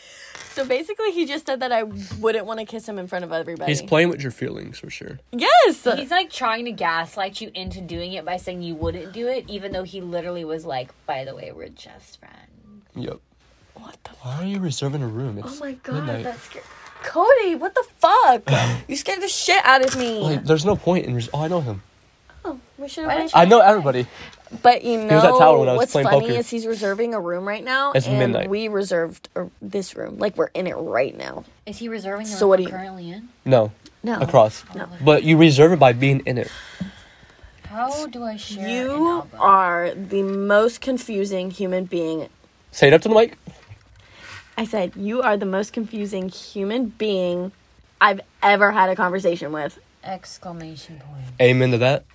[SPEAKER 3] So basically, he just said that I wouldn't want to kiss him in front of everybody.
[SPEAKER 2] He's playing with your feelings for sure.
[SPEAKER 3] yes.
[SPEAKER 1] He's like trying to gaslight you into doing it by saying you wouldn't do it, even though he literally was like, "By the way, we're just friends."
[SPEAKER 2] Yep.
[SPEAKER 3] what the? F-
[SPEAKER 2] Why are you reserving a room? It's
[SPEAKER 3] oh my god,
[SPEAKER 2] midnight.
[SPEAKER 3] that's scary. Cody, what the
[SPEAKER 2] [LAUGHS]
[SPEAKER 3] fuck? you scared the shit out of me.
[SPEAKER 2] Like, there's no point in. Res- oh, I know him.
[SPEAKER 3] oh, we should
[SPEAKER 1] Why
[SPEAKER 3] have.
[SPEAKER 1] didn't
[SPEAKER 2] I know everybody.
[SPEAKER 3] But you know
[SPEAKER 2] was at Tower when I was
[SPEAKER 3] what's
[SPEAKER 2] playing
[SPEAKER 3] funny
[SPEAKER 2] poker.
[SPEAKER 3] is he's reserving a room right now,
[SPEAKER 2] It's
[SPEAKER 3] and
[SPEAKER 2] midnight.
[SPEAKER 3] we reserved a, this room. Like we're in it right now.
[SPEAKER 1] Is he reserving the
[SPEAKER 3] So
[SPEAKER 1] room
[SPEAKER 3] what
[SPEAKER 1] we're
[SPEAKER 3] do you-
[SPEAKER 1] currently in?
[SPEAKER 2] No,
[SPEAKER 3] No.
[SPEAKER 2] across.
[SPEAKER 1] No.
[SPEAKER 2] But you reserve it by being in it.
[SPEAKER 1] How do I share? an
[SPEAKER 3] You
[SPEAKER 1] album?
[SPEAKER 3] are the most confusing human being
[SPEAKER 2] Say it up to the mic.
[SPEAKER 3] I said, You are the most confusing human being I've ever had a conversation with.
[SPEAKER 1] exclamation point.
[SPEAKER 2] Amen to that.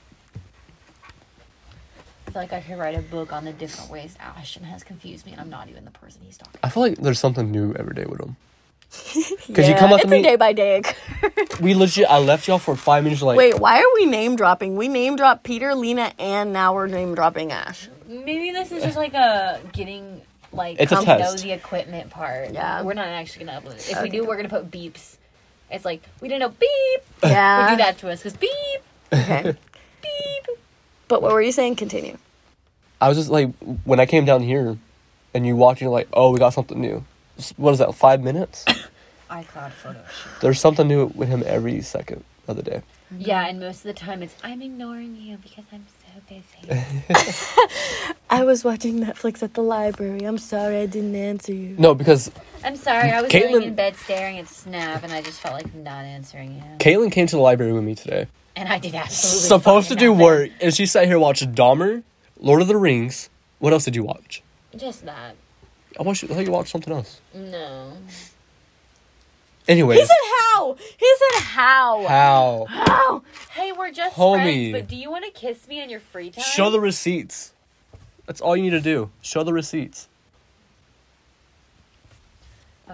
[SPEAKER 1] I feel like I could write a book on the different ways Ashton has confused me, and I'm not even the person he's talking.
[SPEAKER 2] I feel like there's something new every day with
[SPEAKER 3] [LAUGHS]
[SPEAKER 2] him. Because you come up
[SPEAKER 3] it's
[SPEAKER 2] to
[SPEAKER 3] a
[SPEAKER 2] me,
[SPEAKER 3] day by day.
[SPEAKER 2] we legit. I left y'all for five minutes. you're Like,
[SPEAKER 3] Wait, why are we name dropping? We name drop Peter, Lena, and now we're name dropping Ash.
[SPEAKER 1] Maybe this is just like a getting like
[SPEAKER 2] It's a
[SPEAKER 1] come to know
[SPEAKER 2] test.
[SPEAKER 1] the equipment part.
[SPEAKER 3] Yeah.
[SPEAKER 1] we're not actually gonna upload it. If we
[SPEAKER 3] Okay.
[SPEAKER 1] do, we're gonna put beeps. It's like we didn't know beep.
[SPEAKER 3] [LAUGHS] Yeah.
[SPEAKER 1] We
[SPEAKER 3] [LAUGHS]
[SPEAKER 1] do that to us because beep.
[SPEAKER 3] Okay. But what were you saying? Continue.
[SPEAKER 2] I was just like, when I came down here, and you walked, you're like, oh, we got something new. S- What is that? Five
[SPEAKER 3] [COUGHS]
[SPEAKER 2] minutes.
[SPEAKER 1] iCloud photo shoot.
[SPEAKER 2] there's something new with him every second of the day.
[SPEAKER 1] Yeah, and most of the time it's I'm ignoring you because I'm so busy.
[SPEAKER 3] I was watching Netflix at the library. I'm sorry I didn't answer you.
[SPEAKER 2] No, because
[SPEAKER 1] I'm sorry, I was
[SPEAKER 2] Caitlin-
[SPEAKER 1] laying in bed staring at Snap, and I just felt like not answering him.
[SPEAKER 2] Caitlin came to the library with me today.
[SPEAKER 1] And I did absolutely
[SPEAKER 2] supposed to
[SPEAKER 1] fucking
[SPEAKER 2] do
[SPEAKER 1] nothing.
[SPEAKER 2] work, and she sat here watching Dahmer, Lord of the Rings. What else did you watch?
[SPEAKER 1] Just that.
[SPEAKER 2] I watched. I thought you watched something else.
[SPEAKER 1] No.
[SPEAKER 2] Anyways,
[SPEAKER 3] how? He said how?
[SPEAKER 2] how?
[SPEAKER 3] How?
[SPEAKER 1] Hey, we're just
[SPEAKER 2] Homie.
[SPEAKER 1] friends, but do you want to kiss me in your free time?
[SPEAKER 2] Show the receipts. That's all you need to do. Show the receipts.
[SPEAKER 1] Uh,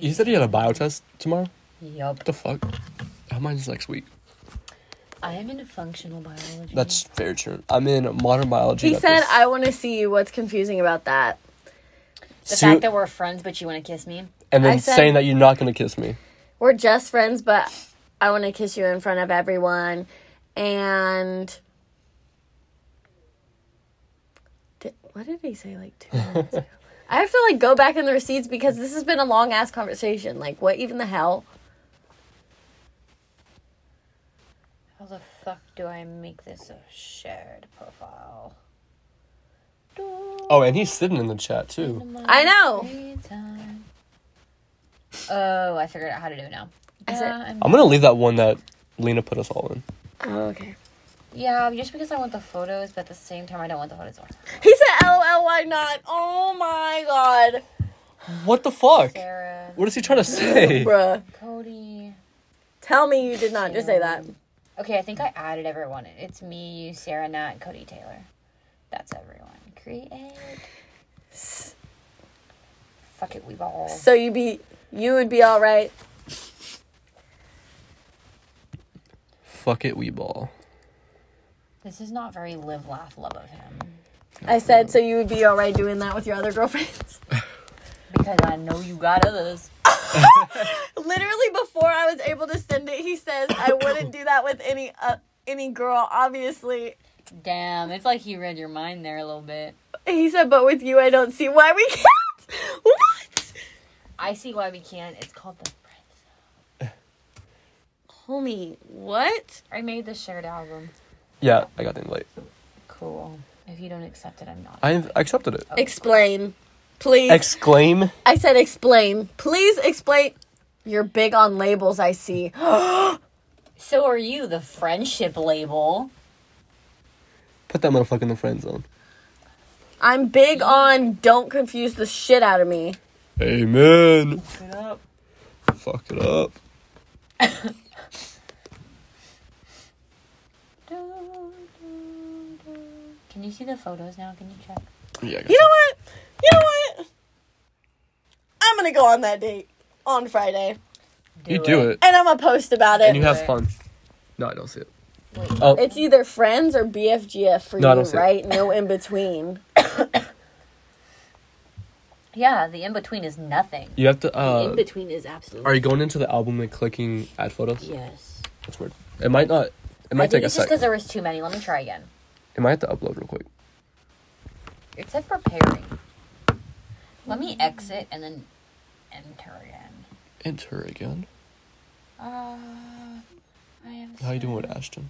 [SPEAKER 2] You said you had a bio test tomorrow. What
[SPEAKER 1] yup.
[SPEAKER 2] the fuck? How mine's next week.
[SPEAKER 1] I am into functional biology.
[SPEAKER 2] That's fair, true. I'm in modern biology.
[SPEAKER 3] He
[SPEAKER 2] at
[SPEAKER 3] said,
[SPEAKER 2] this-
[SPEAKER 3] I want to see you. What's confusing about that?
[SPEAKER 1] the
[SPEAKER 2] Su-
[SPEAKER 1] fact that we're friends, but you want to kiss me.
[SPEAKER 2] and then
[SPEAKER 3] I said-
[SPEAKER 2] saying that you're not gonna kiss me.
[SPEAKER 3] We're just friends, but I want to kiss you in front of everyone. And. Did, what did he say like two minutes ago? I have to like go back in the receipts because this has been a long ass conversation. Like, what even the hell?
[SPEAKER 1] How the fuck do I make this a shared profile?
[SPEAKER 2] Oh, and he's sitting in the chat too.
[SPEAKER 3] I know.
[SPEAKER 1] Free time. Oh, I figured out how to do it now.
[SPEAKER 3] Is it-
[SPEAKER 1] Uh, I'm-
[SPEAKER 2] I'm gonna leave that one that Lena put us all in.
[SPEAKER 3] Oh, okay.
[SPEAKER 1] yeah, just because I want the photos, but at the same time, I don't want the photos.
[SPEAKER 3] He said, LOL, why not? Oh my god.
[SPEAKER 2] What the fuck?
[SPEAKER 1] Sarah,
[SPEAKER 2] What is he trying to say?
[SPEAKER 3] Bruh.
[SPEAKER 1] Cody.
[SPEAKER 3] Tell me you did not just say that.
[SPEAKER 1] Okay, I think I added everyone. It's me, you, Sarah, Nat, and Cody Taylor. That's everyone. Create. Fuck it, we've all.
[SPEAKER 3] So you be you would be all right.
[SPEAKER 2] Fuck it, we ball.
[SPEAKER 1] This is not very live, laugh, love of him.
[SPEAKER 3] I said so you would be all right doing that with your other girlfriends.
[SPEAKER 1] Because I know you got others.
[SPEAKER 3] Literally before I was able to send it, he says
[SPEAKER 2] [COUGHS]
[SPEAKER 3] I wouldn't do that with any uh, any girl. Obviously,
[SPEAKER 1] Damn, it's like he read your mind there a little bit.
[SPEAKER 3] he said, but with you, I don't see why we [LAUGHS] can't. What?
[SPEAKER 1] I see why we can't. It's called the friend zone.
[SPEAKER 3] Homie, what?
[SPEAKER 1] I made the shared album.
[SPEAKER 2] Yeah, I got the invite.
[SPEAKER 1] Cool. If you don't accept it, I'm not.
[SPEAKER 2] I accepted it.
[SPEAKER 3] Explain, please.
[SPEAKER 2] Exclaim.
[SPEAKER 3] I said explain. Please explain. You're big on labels. I [GASPS] see.
[SPEAKER 1] so are you, the friendship label.
[SPEAKER 2] Put that motherfucker in the friend zone.
[SPEAKER 3] I'm big on don't confuse the shit out of me.
[SPEAKER 2] Amen.
[SPEAKER 1] Get up.
[SPEAKER 2] Fuck it up.
[SPEAKER 1] Can you see the photos now? Can you check?
[SPEAKER 2] Yeah, I got
[SPEAKER 3] You know what? You know what? I'm gonna go on that date on Friday,
[SPEAKER 2] You do it.
[SPEAKER 3] and I'm gonna post about it.
[SPEAKER 2] And you have fun. No, I don't see it.
[SPEAKER 1] Wait.
[SPEAKER 2] Oh,
[SPEAKER 3] it's either friends or BFGF for
[SPEAKER 2] No, I
[SPEAKER 3] you,
[SPEAKER 2] don't see it.
[SPEAKER 3] right? No in between.
[SPEAKER 1] Yeah, the in between is nothing.
[SPEAKER 2] you have to.
[SPEAKER 1] in
[SPEAKER 2] Uh,
[SPEAKER 1] between is absolutely.
[SPEAKER 2] are you going into the album and clicking add photos?
[SPEAKER 1] Yes.
[SPEAKER 2] That's weird. It might not. It
[SPEAKER 1] I
[SPEAKER 2] might
[SPEAKER 1] think
[SPEAKER 2] take a
[SPEAKER 1] it's just because
[SPEAKER 2] second.
[SPEAKER 1] there was too many. Let me try again.
[SPEAKER 2] It might have to upload real quick.
[SPEAKER 1] It said preparing. Let me exit and then enter again.
[SPEAKER 2] Enter again.
[SPEAKER 1] Uh, I have.
[SPEAKER 2] How you doing with Ashton?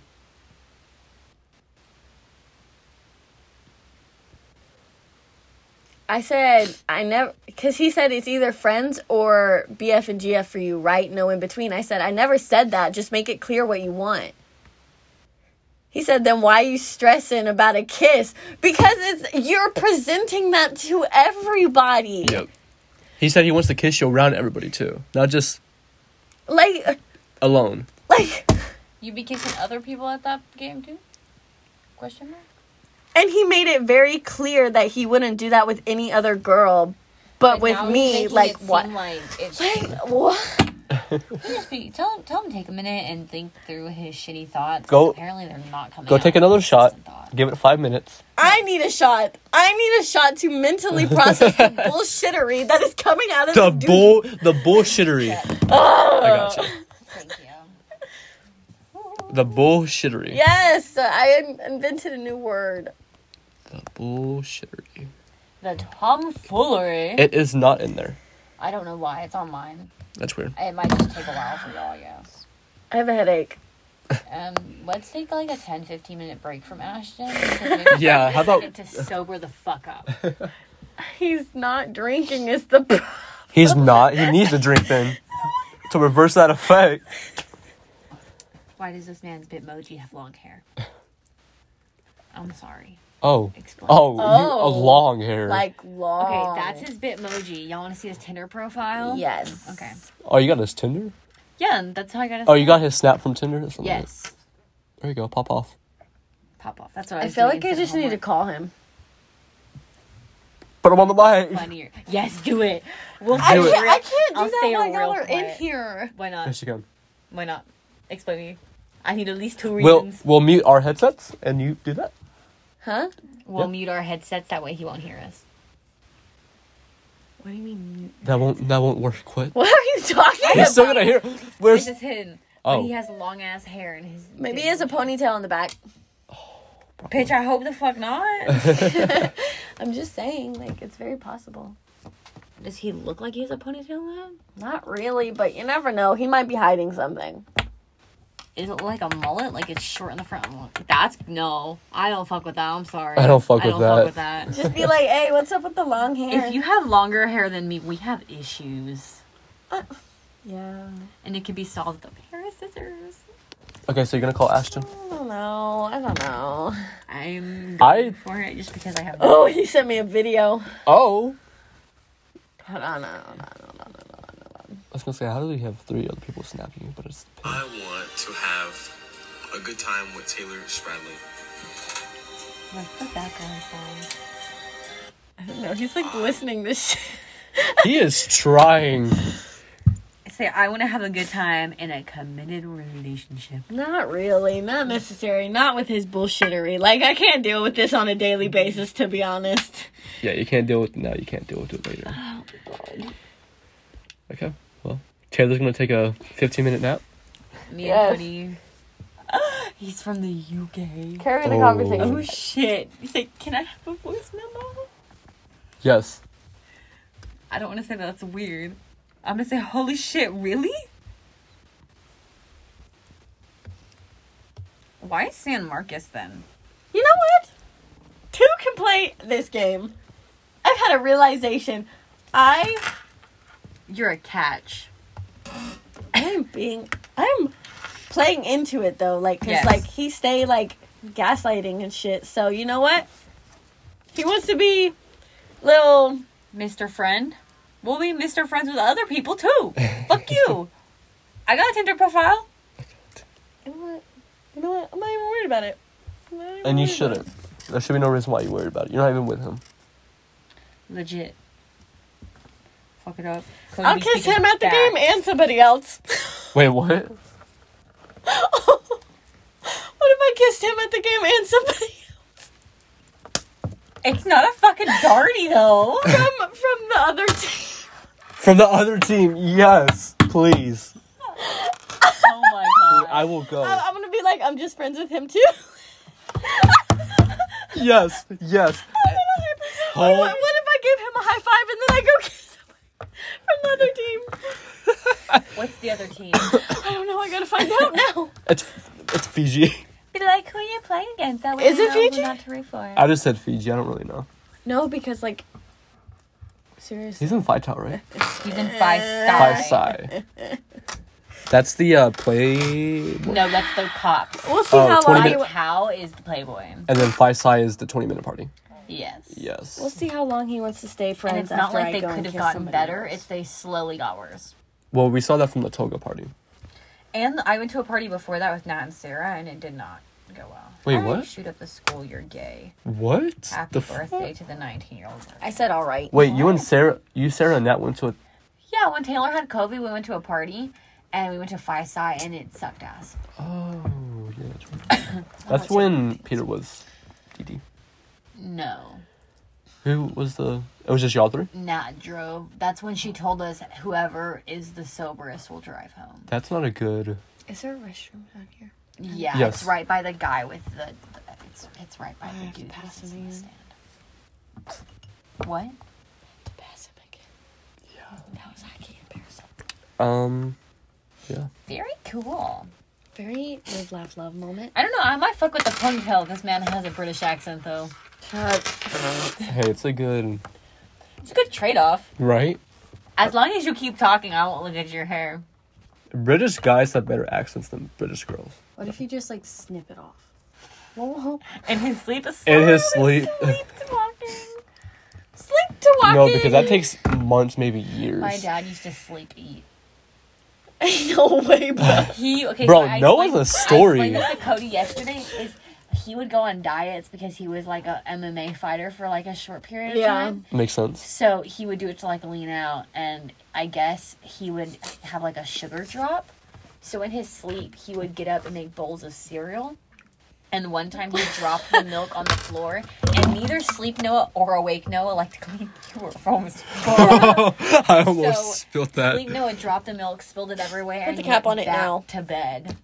[SPEAKER 3] I said I never because he said it's either friends or BF and GF for you, right? No in between. I said I never said that. Just make it clear what you want. He said, then why are you stressing about a kiss? Because it's you're presenting that to everybody.
[SPEAKER 2] Yep. He said he wants to kiss you around everybody too, not just
[SPEAKER 3] Like
[SPEAKER 2] alone.
[SPEAKER 3] like
[SPEAKER 1] You be kissing other people at that game too? Question mark.
[SPEAKER 3] And he made it very clear that he wouldn't do that with any other girl, but, with
[SPEAKER 1] now he's
[SPEAKER 3] me,
[SPEAKER 1] making
[SPEAKER 3] like
[SPEAKER 1] it seem
[SPEAKER 3] what?
[SPEAKER 1] Like it's
[SPEAKER 3] Like, what?
[SPEAKER 1] He just be- tell him, tell him to take a minute and think through his shitty thoughts.
[SPEAKER 2] Go-
[SPEAKER 1] Apparently, they're not coming.
[SPEAKER 2] Go
[SPEAKER 1] out
[SPEAKER 2] take
[SPEAKER 1] with
[SPEAKER 2] another shot.
[SPEAKER 1] consistent thought.
[SPEAKER 2] Give it five minutes.
[SPEAKER 3] I need a shot. I need a shot to mentally
[SPEAKER 2] [LAUGHS]
[SPEAKER 3] process the bullshittery that is coming out of
[SPEAKER 2] The
[SPEAKER 3] this dude's-
[SPEAKER 2] bull. The bullshittery. I got you.
[SPEAKER 1] Thank you.
[SPEAKER 2] The bullshittery.
[SPEAKER 3] Yes, I in- invented a new word.
[SPEAKER 2] The bullshittery.
[SPEAKER 1] The tomfoolery.
[SPEAKER 2] It is not in there.
[SPEAKER 1] I don't know why it's on mine.
[SPEAKER 2] That's weird.
[SPEAKER 1] It might just take a while for y'all, I guess.
[SPEAKER 3] I have a headache.
[SPEAKER 1] Um, let's take like a 10, 15 minute break from Ashton.
[SPEAKER 2] [LAUGHS] Yeah, how about-
[SPEAKER 1] to sober the fuck
[SPEAKER 2] [LAUGHS]
[SPEAKER 1] up?
[SPEAKER 3] He's not drinking is the problem.
[SPEAKER 2] He's not. He needs to drink then to reverse that effect.
[SPEAKER 1] Why does this man's bitmoji have long
[SPEAKER 2] [LAUGHS]
[SPEAKER 1] hair? I'm sorry.
[SPEAKER 2] Oh.
[SPEAKER 1] Explain.
[SPEAKER 2] Oh, you-
[SPEAKER 3] Oh.
[SPEAKER 2] a long hair.
[SPEAKER 3] Like long.
[SPEAKER 1] Okay, that's his Bitmoji. Y'all want to see his Tinder profile?
[SPEAKER 3] Yes.
[SPEAKER 1] Okay.
[SPEAKER 2] oh, you got his Tinder?
[SPEAKER 1] Yeah, and that's how I got. his
[SPEAKER 2] Oh, you got his snap from Tinder? That's what I meant.
[SPEAKER 1] Yes.
[SPEAKER 2] There you go. Pop off.
[SPEAKER 1] Pop off. That's what I,
[SPEAKER 3] I
[SPEAKER 1] was
[SPEAKER 3] feel
[SPEAKER 1] doing
[SPEAKER 3] like I
[SPEAKER 1] instead of
[SPEAKER 3] just need to
[SPEAKER 1] homework.
[SPEAKER 3] call him. [LAUGHS]
[SPEAKER 2] Put him on the mic.
[SPEAKER 1] Funnier. Yes, do it. We'll
[SPEAKER 2] I
[SPEAKER 1] figure
[SPEAKER 2] can't-
[SPEAKER 1] it. I'll stay real quiet.
[SPEAKER 3] here.
[SPEAKER 1] Why
[SPEAKER 2] Yes,
[SPEAKER 1] not?
[SPEAKER 2] you can.
[SPEAKER 1] Why not? Explain me. I need at least two
[SPEAKER 2] We'll,
[SPEAKER 1] reasons.
[SPEAKER 2] we'll mute our headsets and you do that.
[SPEAKER 3] Huh?
[SPEAKER 1] We'll,
[SPEAKER 2] yeah.
[SPEAKER 1] mute our headsets. That way he won't hear us. What do you mean? mute?
[SPEAKER 2] That won't that won't work. Quit.
[SPEAKER 3] What are you talking
[SPEAKER 2] He's
[SPEAKER 3] about?
[SPEAKER 2] still gonna hear.
[SPEAKER 1] It's
[SPEAKER 2] Where's
[SPEAKER 1] just hidden.
[SPEAKER 2] Oh.
[SPEAKER 1] But he has long ass hair and his.
[SPEAKER 3] Maybe he has a ponytail in the back.
[SPEAKER 1] Pitch. I hope the fuck not.
[SPEAKER 2] [LAUGHS]
[SPEAKER 3] I'm just saying, like, it's very possible.
[SPEAKER 1] Does he look like he has a ponytail in him?
[SPEAKER 3] Not really, but you never know. He might be hiding something.
[SPEAKER 1] Is it like a mullet? Like it's short in the front. and long- That's no. I don't fuck with that. I'm sorry.
[SPEAKER 2] I don't fuck
[SPEAKER 1] I
[SPEAKER 2] with
[SPEAKER 1] don't
[SPEAKER 2] that.
[SPEAKER 1] Fuck with that.
[SPEAKER 2] [LAUGHS]
[SPEAKER 3] Just be like, hey, what's up with the long hair?
[SPEAKER 1] If you have longer hair than me, we have issues.
[SPEAKER 3] yeah.
[SPEAKER 1] And it can be solved with a pair of scissors.
[SPEAKER 2] okay? So you're gonna call Ashton?
[SPEAKER 3] I don't know. I don't know.
[SPEAKER 1] I'm
[SPEAKER 2] I-
[SPEAKER 1] going for it just because I
[SPEAKER 3] [LAUGHS]
[SPEAKER 1] have
[SPEAKER 3] Oh, he sent me a video.
[SPEAKER 2] Oh,
[SPEAKER 3] Hold on, hold on, hold on.
[SPEAKER 2] I was gonna say, how do we have three other people snapping you? But it's
[SPEAKER 4] I want to have a good time with Taylor Spradley.
[SPEAKER 1] like the background song.
[SPEAKER 3] I don't know. He's like listening to shit. [LAUGHS]
[SPEAKER 2] he is trying.
[SPEAKER 1] Say I want to have a good time in a committed relationship.
[SPEAKER 3] Not really. Not necessary. Not with his bullshittery. Like, I can't deal with this on a daily basis, to be honest.
[SPEAKER 2] Yeah, you can't deal with it now. You can't deal with it later. Okay. Well, Taylor's gonna take a 15 minute nap.
[SPEAKER 1] Me
[SPEAKER 3] Yes.
[SPEAKER 1] and Cody. [GASPS] He's from the UK.
[SPEAKER 3] Carry
[SPEAKER 2] the Oh. conversation.
[SPEAKER 1] Oh shit. He's like, can I have a voice memo?
[SPEAKER 2] Yes.
[SPEAKER 1] I don't want to say that. That's weird. I'm gonna say, holy shit, really? Why San Marcus then?
[SPEAKER 3] Oh. You know what? Two can play this game. I've had a realization. I
[SPEAKER 1] You're a catch.
[SPEAKER 3] am being. I'm playing into it though. Like, cause
[SPEAKER 1] Yes.
[SPEAKER 3] like he stay like gaslighting and shit. So you know what? He wants to be little.
[SPEAKER 1] Mr. Friend. We'll be Mr. Friends with other people too. Fuck
[SPEAKER 3] [LAUGHS]
[SPEAKER 1] you. I got a Tinder profile.
[SPEAKER 3] You know what? You know what? I'm not even worried about it. I'm not even
[SPEAKER 2] And you
[SPEAKER 3] worried about it.
[SPEAKER 2] shouldn't. There should be no reason why you worry about it. You're not even with him.
[SPEAKER 1] Legit. Fuck it up. Cody
[SPEAKER 3] I'll
[SPEAKER 1] be
[SPEAKER 3] kiss
[SPEAKER 1] speaking
[SPEAKER 3] him at the
[SPEAKER 1] facts.
[SPEAKER 3] game and somebody else. [LAUGHS]
[SPEAKER 2] Wait, what?
[SPEAKER 3] what if I kissed him at the game and somebody [LAUGHS]
[SPEAKER 1] It's not a fucking darty
[SPEAKER 3] [LAUGHS]
[SPEAKER 1] though.
[SPEAKER 3] from from the other team?
[SPEAKER 2] From the other team? Yes, please.
[SPEAKER 1] oh my god.
[SPEAKER 2] I will go.
[SPEAKER 3] I- I'm gonna be like, I'm just friends with him too. [LAUGHS]
[SPEAKER 2] Yes, yes.
[SPEAKER 3] What,
[SPEAKER 2] Hold.
[SPEAKER 3] what if I give him a high five and then I go kiss somebody [LAUGHS] from the other
[SPEAKER 1] What's the other team?
[SPEAKER 3] team? [COUGHS] I don't know. I gotta find out [LAUGHS] now.
[SPEAKER 2] It's it's Fiji.
[SPEAKER 1] [LAUGHS] be like who you playing against. That way
[SPEAKER 3] Is
[SPEAKER 1] you
[SPEAKER 3] it
[SPEAKER 1] know who
[SPEAKER 3] Fiji?
[SPEAKER 1] Not to root for.
[SPEAKER 2] I just said Fiji. I don't really know.
[SPEAKER 3] No, because like, seriously,
[SPEAKER 2] He's in Phi Tau, right?
[SPEAKER 1] He's in five
[SPEAKER 2] Phi
[SPEAKER 1] side.
[SPEAKER 2] Psi. That's the uh, play.
[SPEAKER 1] No, that's the cops.
[SPEAKER 3] we'll see
[SPEAKER 2] Oh,
[SPEAKER 3] how
[SPEAKER 2] 20
[SPEAKER 3] long.
[SPEAKER 1] Phi
[SPEAKER 3] He,
[SPEAKER 2] minutes.
[SPEAKER 3] wa-
[SPEAKER 1] Tau is the playboy.
[SPEAKER 2] And then Phi Psi is the 20 minute party.
[SPEAKER 1] Yes.
[SPEAKER 2] Yes.
[SPEAKER 3] we'll see how long he wants to stay friends.
[SPEAKER 1] And it's not
[SPEAKER 3] after
[SPEAKER 1] like
[SPEAKER 3] I
[SPEAKER 1] they
[SPEAKER 3] go and
[SPEAKER 1] could have
[SPEAKER 3] kiss
[SPEAKER 1] gotten
[SPEAKER 3] somebody
[SPEAKER 1] better.
[SPEAKER 3] else.
[SPEAKER 1] It's they slowly got worse.
[SPEAKER 2] Well, we saw that from the Toga party.
[SPEAKER 1] And I went to a party before that with Nat and Sarah, and it did not go well.
[SPEAKER 2] Wait,
[SPEAKER 1] How do you
[SPEAKER 2] what?
[SPEAKER 1] Shoot up the school. You're gay.
[SPEAKER 2] What?
[SPEAKER 1] Happy
[SPEAKER 2] The f-
[SPEAKER 1] birthday to the 19 year old.
[SPEAKER 3] I said, all right.
[SPEAKER 2] Wait, you and Sarah, you Sarah and Nat went to a.
[SPEAKER 1] Yeah, when Taylor had COVID, we went to a party, and we went to Phi Psi, and it sucked ass.
[SPEAKER 2] Oh, yeah. That's,
[SPEAKER 1] [COUGHS]
[SPEAKER 2] right. that's when Peter was DD.
[SPEAKER 1] No.
[SPEAKER 2] Who was the? It was just y'all three.
[SPEAKER 1] Nat drove. That's when she told us whoever is the soberest will drive home.
[SPEAKER 2] That's not a good.
[SPEAKER 3] Is there a restroom down here?
[SPEAKER 1] Yeah,
[SPEAKER 2] Yes.
[SPEAKER 1] it's right by the guy with the. the it's it's right by the
[SPEAKER 3] have to
[SPEAKER 1] dude
[SPEAKER 3] pass
[SPEAKER 1] that's in
[SPEAKER 3] him
[SPEAKER 1] the
[SPEAKER 3] again.
[SPEAKER 1] stand. What?
[SPEAKER 3] To pass him again. Yeah. That was actually embarrassing.
[SPEAKER 2] Um, yeah.
[SPEAKER 1] Very cool.
[SPEAKER 3] Very live, laugh, love moment.
[SPEAKER 1] I don't know. I might fuck with the ponytail. This man has a British accent, though.
[SPEAKER 2] Hey, it's a good
[SPEAKER 1] It's a good trade off.
[SPEAKER 2] right.
[SPEAKER 1] As long as you keep talking, I won't look at your hair.
[SPEAKER 2] British guys have better accents than British girls.
[SPEAKER 3] What if you just like snip it off?
[SPEAKER 1] [LAUGHS]
[SPEAKER 3] Well, [LAUGHS]
[SPEAKER 1] And his sleep is
[SPEAKER 2] [LAUGHS] In his
[SPEAKER 1] slow,
[SPEAKER 2] sleep.
[SPEAKER 1] [LAUGHS] Sleep to walking. Sleep to walking.
[SPEAKER 2] [LAUGHS] No, because that takes months, maybe years.
[SPEAKER 1] My dad used to sleep eat.
[SPEAKER 3] no way, bro.
[SPEAKER 1] He okay.
[SPEAKER 2] Bro,
[SPEAKER 1] so I
[SPEAKER 2] Noah's
[SPEAKER 1] explained-
[SPEAKER 2] a story.
[SPEAKER 1] I explained this to Cody yesterday. Is he would go on diets because he was like a MMA fighter for like a short period of
[SPEAKER 3] Yeah.
[SPEAKER 1] time.
[SPEAKER 2] Makes sense.
[SPEAKER 1] So he would do it to like lean out, and I guess he would have like a sugar drop. So in his sleep, he would get up and make bowls of cereal. And one time he dropped the milk on the floor, and neither sleep Noah or awake Noah like to clean. You were almost.
[SPEAKER 2] I
[SPEAKER 1] [LAUGHS]
[SPEAKER 2] almost
[SPEAKER 1] So,
[SPEAKER 2] spilled that.
[SPEAKER 1] Sleep Noah dropped the milk, spilled it everywhere. Put and
[SPEAKER 3] the
[SPEAKER 1] he
[SPEAKER 3] cap
[SPEAKER 1] went
[SPEAKER 3] on it
[SPEAKER 1] back
[SPEAKER 3] now.
[SPEAKER 1] To bed,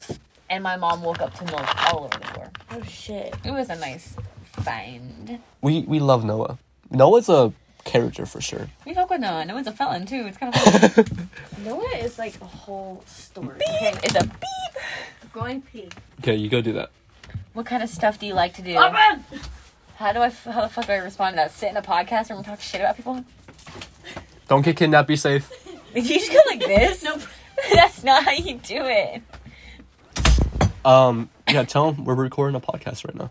[SPEAKER 1] and my mom woke up to milk all over the floor.
[SPEAKER 3] Oh shit.
[SPEAKER 1] It was a nice find.
[SPEAKER 2] We we love Noah. Noah's a character for sure.
[SPEAKER 1] We fuck with Noah. Noah's a felon too. It's kind of funny.
[SPEAKER 3] [LAUGHS] Noah is like a whole story.
[SPEAKER 1] it's a beep.
[SPEAKER 3] Going pee.
[SPEAKER 2] Okay, you go do that.
[SPEAKER 1] What kind of stuff do you like to do? How do I? f- How the fuck do I respond to that? Sit in a podcast room and talk shit about people? [LAUGHS]
[SPEAKER 2] Don't get kidnapped. Be safe.
[SPEAKER 1] Did you just go
[SPEAKER 3] [LAUGHS]
[SPEAKER 1] like this?
[SPEAKER 3] Nope.
[SPEAKER 1] [LAUGHS] That's not how you do it.
[SPEAKER 2] Um, yeah, tell him we're recording a podcast right now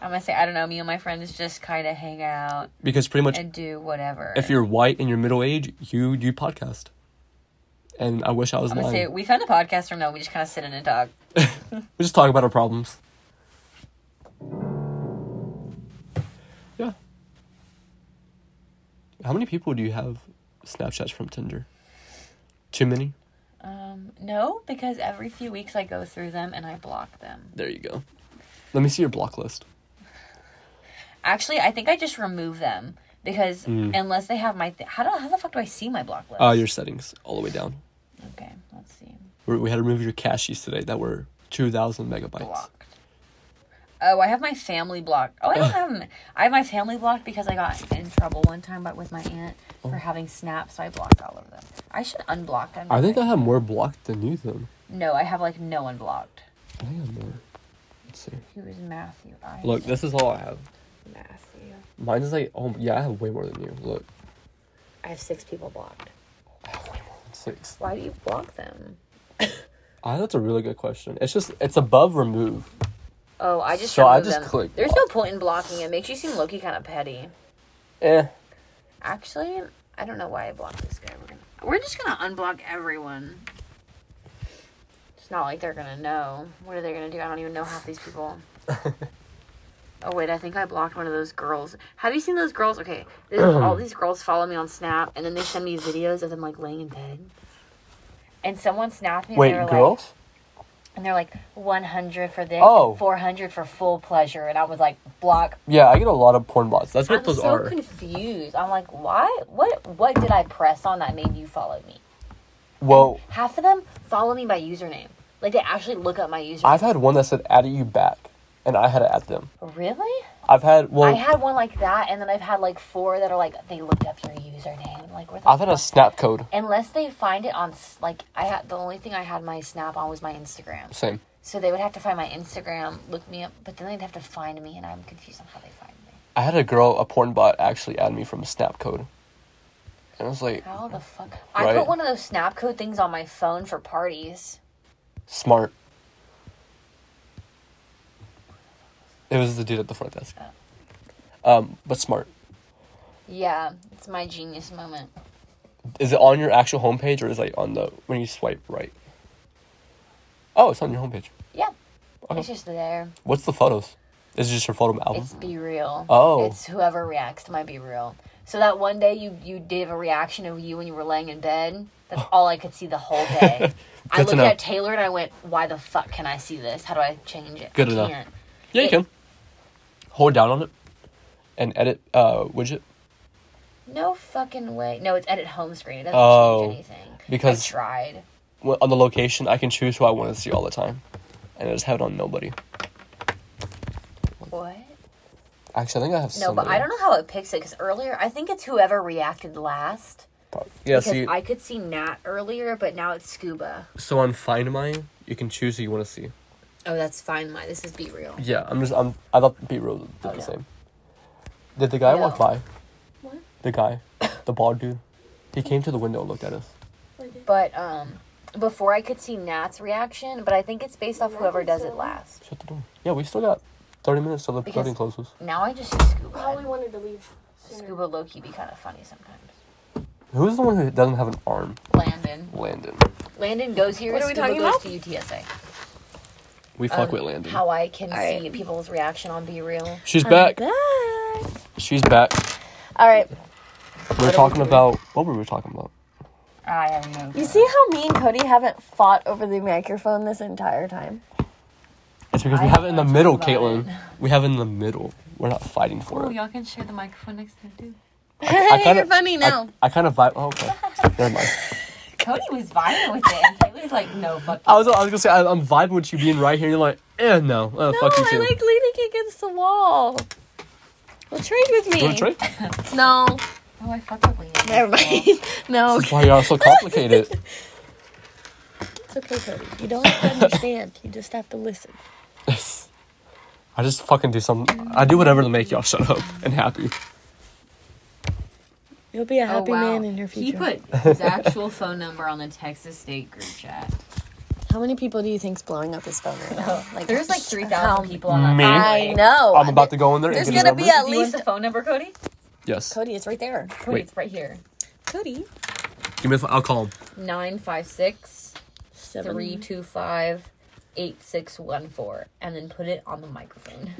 [SPEAKER 1] I'm gonna say I don't know. Me and my friends just kind of hang out
[SPEAKER 2] because pretty much
[SPEAKER 1] and do whatever.
[SPEAKER 2] if you're white and you're middle age, you you podcast. And I wish I was
[SPEAKER 1] I'm gonna say
[SPEAKER 2] lying.
[SPEAKER 1] we found a podcast room though. We just kind of sit in and talk.
[SPEAKER 2] We just talk about our problems. Yeah. How many people do you have Snapchats from Tinder? Too many.
[SPEAKER 1] Um, no, because every few weeks I go through them and I block them.
[SPEAKER 2] There you go. Let me see your block list.
[SPEAKER 1] Actually, I think I just remove them because unless they have my th- how do how the fuck do I see my block list?
[SPEAKER 2] Mm. Uh, your settings all the way down.
[SPEAKER 1] okay, let's see.
[SPEAKER 2] We're, we had to remove your caches today that were two thousand megabytes.
[SPEAKER 1] Blocked. Oh, I have my family blocked. Oh, I don't have 'em. I have my family blocked because I got in trouble one time, but with my aunt
[SPEAKER 2] Oh.
[SPEAKER 1] for having Snap, so I blocked all of them. I should unblock them.
[SPEAKER 2] I think I have more blocked than you then.
[SPEAKER 1] no, I have like no one blocked.
[SPEAKER 2] I think I have more. Let's see.
[SPEAKER 1] Who is Matthew? I
[SPEAKER 2] Look, this is all I have.
[SPEAKER 3] Matthew.
[SPEAKER 2] Mine is like, oh yeah, I have way more than you. Look,
[SPEAKER 3] I have six people blocked.
[SPEAKER 2] six.
[SPEAKER 3] Why do you block them?
[SPEAKER 2] Ah, that's a really good question. It's just it's above remove.
[SPEAKER 1] Oh, I just
[SPEAKER 2] So I
[SPEAKER 1] removed
[SPEAKER 2] just
[SPEAKER 1] them.
[SPEAKER 2] clicked
[SPEAKER 1] There's no point in blocking. It makes you seem Loki kind of petty.
[SPEAKER 2] Eh.
[SPEAKER 1] Actually, I don't know why I blocked this guy. We're gonna we're just gonna unblock everyone. It's not like they're gonna know. What are they gonna do? I don't even know half these
[SPEAKER 2] [LAUGHS]
[SPEAKER 1] people. oh wait, I think I blocked one of those girls. Have you seen those girls? Okay, this, all these girls follow me on Snap, and then they send me videos of them like laying in bed. And someone snapped me. and they
[SPEAKER 2] Wait,
[SPEAKER 1] were Like,
[SPEAKER 2] girls?
[SPEAKER 1] and they're like 100 for this,
[SPEAKER 2] Oh.
[SPEAKER 1] 400 for full pleasure, and I was like, block
[SPEAKER 2] Yeah, I get a lot of porn bots. That's what
[SPEAKER 1] I'm
[SPEAKER 2] those
[SPEAKER 1] so
[SPEAKER 2] are.
[SPEAKER 1] confused. I'm like, why? What? What did I press on that made you follow me?
[SPEAKER 2] well,
[SPEAKER 1] Half of them follow me by username. Like they actually look up my username.
[SPEAKER 2] I've had one that said "added you back," and I had to add them.
[SPEAKER 1] really?
[SPEAKER 2] I've had well,
[SPEAKER 1] I had one like that, and then I've had like four that are like they looked up your username. Like where the
[SPEAKER 2] I've had a snap code.
[SPEAKER 1] unless they find it on s- like I had the only thing I had my snap on was my Instagram.
[SPEAKER 2] Same.
[SPEAKER 1] So they would have to find my Instagram, look me up, but then they'd have to find me, and I'm confused on how they find me.
[SPEAKER 2] I had a girl, a porn bot, actually add me from Snap Code. And I was like,
[SPEAKER 1] How the fuck? I
[SPEAKER 2] Right.
[SPEAKER 1] put one of those snap code things on my phone for parties.
[SPEAKER 2] smart. It was the dude at the front desk. Um, but smart.
[SPEAKER 1] Yeah, it's my genius moment.
[SPEAKER 2] Is it on your actual homepage or is it like on the when you swipe right? Oh, it's on your homepage.
[SPEAKER 1] Yeah.
[SPEAKER 2] Okay.
[SPEAKER 1] It's just there.
[SPEAKER 2] What's the photos? Is it just your photo album?
[SPEAKER 1] It's be real.
[SPEAKER 2] Oh.
[SPEAKER 1] It's whoever reacts to my be real. So that one day you you did a reaction of you when you were laying in bed. That's all I could see the whole day. I
[SPEAKER 2] [LAUGHS] Good to
[SPEAKER 1] looked
[SPEAKER 2] know.
[SPEAKER 1] at Taylor and I went, "Why the fuck can I see this? How do I change it?
[SPEAKER 2] Good
[SPEAKER 1] I
[SPEAKER 2] enough.
[SPEAKER 1] can't."
[SPEAKER 2] yeah, you can. Hold down on it and edit uh widget.
[SPEAKER 1] No fucking way. No, it's edit home screen. It doesn't
[SPEAKER 2] Oh,
[SPEAKER 1] change anything.
[SPEAKER 2] because-
[SPEAKER 1] I tried.
[SPEAKER 2] Wh- On the location, I can choose who I want to see all the time. And I just have it on nobody.
[SPEAKER 1] What?
[SPEAKER 2] Actually, I think I have
[SPEAKER 1] No, but I don't know how it picks it because earlier I think it's whoever reacted last.
[SPEAKER 2] know. Yeah,
[SPEAKER 1] because
[SPEAKER 2] see,
[SPEAKER 1] I could see Nat earlier, but now it's Scuba.
[SPEAKER 2] so on Find My, you You can choose who you want to see.
[SPEAKER 1] Oh, that's fine. My this is be real.
[SPEAKER 2] Yeah, I'm just I'm I thought B roll did
[SPEAKER 1] Oh,
[SPEAKER 2] the
[SPEAKER 1] no.
[SPEAKER 2] same. Did the guy walk
[SPEAKER 1] No.
[SPEAKER 2] by?
[SPEAKER 3] What?
[SPEAKER 2] The guy, the bald dude. He came to the window and looked at us.
[SPEAKER 1] But um, before I could see Nat's reaction, but I think it's based off whoever does it last.
[SPEAKER 2] Shut the door. Yeah, we still got thirty minutes till the
[SPEAKER 1] Because-
[SPEAKER 2] building closes.
[SPEAKER 1] Now I just see
[SPEAKER 5] Probably
[SPEAKER 1] Scuba.
[SPEAKER 5] wanted to leave. sooner.
[SPEAKER 1] Scuba Loki be kind of funny sometimes.
[SPEAKER 2] Who's the one who doesn't have an arm?
[SPEAKER 1] Landon.
[SPEAKER 2] Landon.
[SPEAKER 1] Landon goes here.
[SPEAKER 3] What are we
[SPEAKER 1] Scuba
[SPEAKER 3] talking
[SPEAKER 1] goes
[SPEAKER 3] about?
[SPEAKER 1] to UTSA.
[SPEAKER 2] We fuck
[SPEAKER 1] Um,
[SPEAKER 2] with Landon.
[SPEAKER 1] How I can
[SPEAKER 3] Alright.
[SPEAKER 1] see people's reaction on Be Real.
[SPEAKER 2] She's back.
[SPEAKER 3] All
[SPEAKER 2] She's back.
[SPEAKER 3] right.
[SPEAKER 2] We We're talking about what were we talking about?
[SPEAKER 1] I have no.
[SPEAKER 3] You see how me and Cody haven't fought over the microphone this entire time?
[SPEAKER 2] It's because
[SPEAKER 1] I
[SPEAKER 2] we have it in the
[SPEAKER 1] don't know
[SPEAKER 2] middle,
[SPEAKER 1] about it.
[SPEAKER 2] Caitlin. We have it in the middle. We're not fighting for it.
[SPEAKER 1] y'all can share the microphone next time too.
[SPEAKER 2] I kinda-
[SPEAKER 3] You're funny now.
[SPEAKER 2] I kind of vibe. Oh, okay. Never mind.
[SPEAKER 1] Cody was violent with it, and Taylor's like, "No, fuck."
[SPEAKER 2] I was, I was gonna say I, I'm vibing with you being right here. You're like, eh, no, uh,
[SPEAKER 3] no,
[SPEAKER 2] fuck you
[SPEAKER 3] I
[SPEAKER 2] too.
[SPEAKER 3] like leaning against the wall. Well, trade with me.
[SPEAKER 2] you want to
[SPEAKER 3] [LAUGHS]
[SPEAKER 2] trade?
[SPEAKER 3] No,
[SPEAKER 1] Oh, I fuck with Leanne.
[SPEAKER 3] never mind. [LAUGHS] no,
[SPEAKER 2] That's why y'all so complicated. [LAUGHS]
[SPEAKER 3] it's okay, Cody. You don't have [LAUGHS] to understand. You just have to listen.
[SPEAKER 2] I just fucking do something. I do whatever to make y'all shut up and happy.
[SPEAKER 3] You'll be a
[SPEAKER 1] Oh,
[SPEAKER 3] happy
[SPEAKER 1] wow.
[SPEAKER 3] man in your future.
[SPEAKER 1] He [LAUGHS] put his actual phone number on the Texas State group chat.
[SPEAKER 3] How many people do you think's blowing up his phone
[SPEAKER 1] [LAUGHS]
[SPEAKER 3] right now? Like,
[SPEAKER 1] There's like three
[SPEAKER 3] how-
[SPEAKER 1] thousand people on that.
[SPEAKER 2] Me?
[SPEAKER 3] I know.
[SPEAKER 2] I'm about to go in there
[SPEAKER 3] There's
[SPEAKER 2] and get
[SPEAKER 3] gonna
[SPEAKER 2] his
[SPEAKER 3] be
[SPEAKER 2] number.
[SPEAKER 3] at
[SPEAKER 1] Do you want
[SPEAKER 3] least.
[SPEAKER 1] the phone number, Cody?
[SPEAKER 2] yes.
[SPEAKER 3] Cody, it's right there.
[SPEAKER 1] Cody,
[SPEAKER 2] Wait.
[SPEAKER 1] it's right here.
[SPEAKER 3] Cody.
[SPEAKER 2] Give me. The, I'll call him.
[SPEAKER 1] Nine five six
[SPEAKER 3] Seven.
[SPEAKER 1] three two five eight six one four, and then put it on the microphone.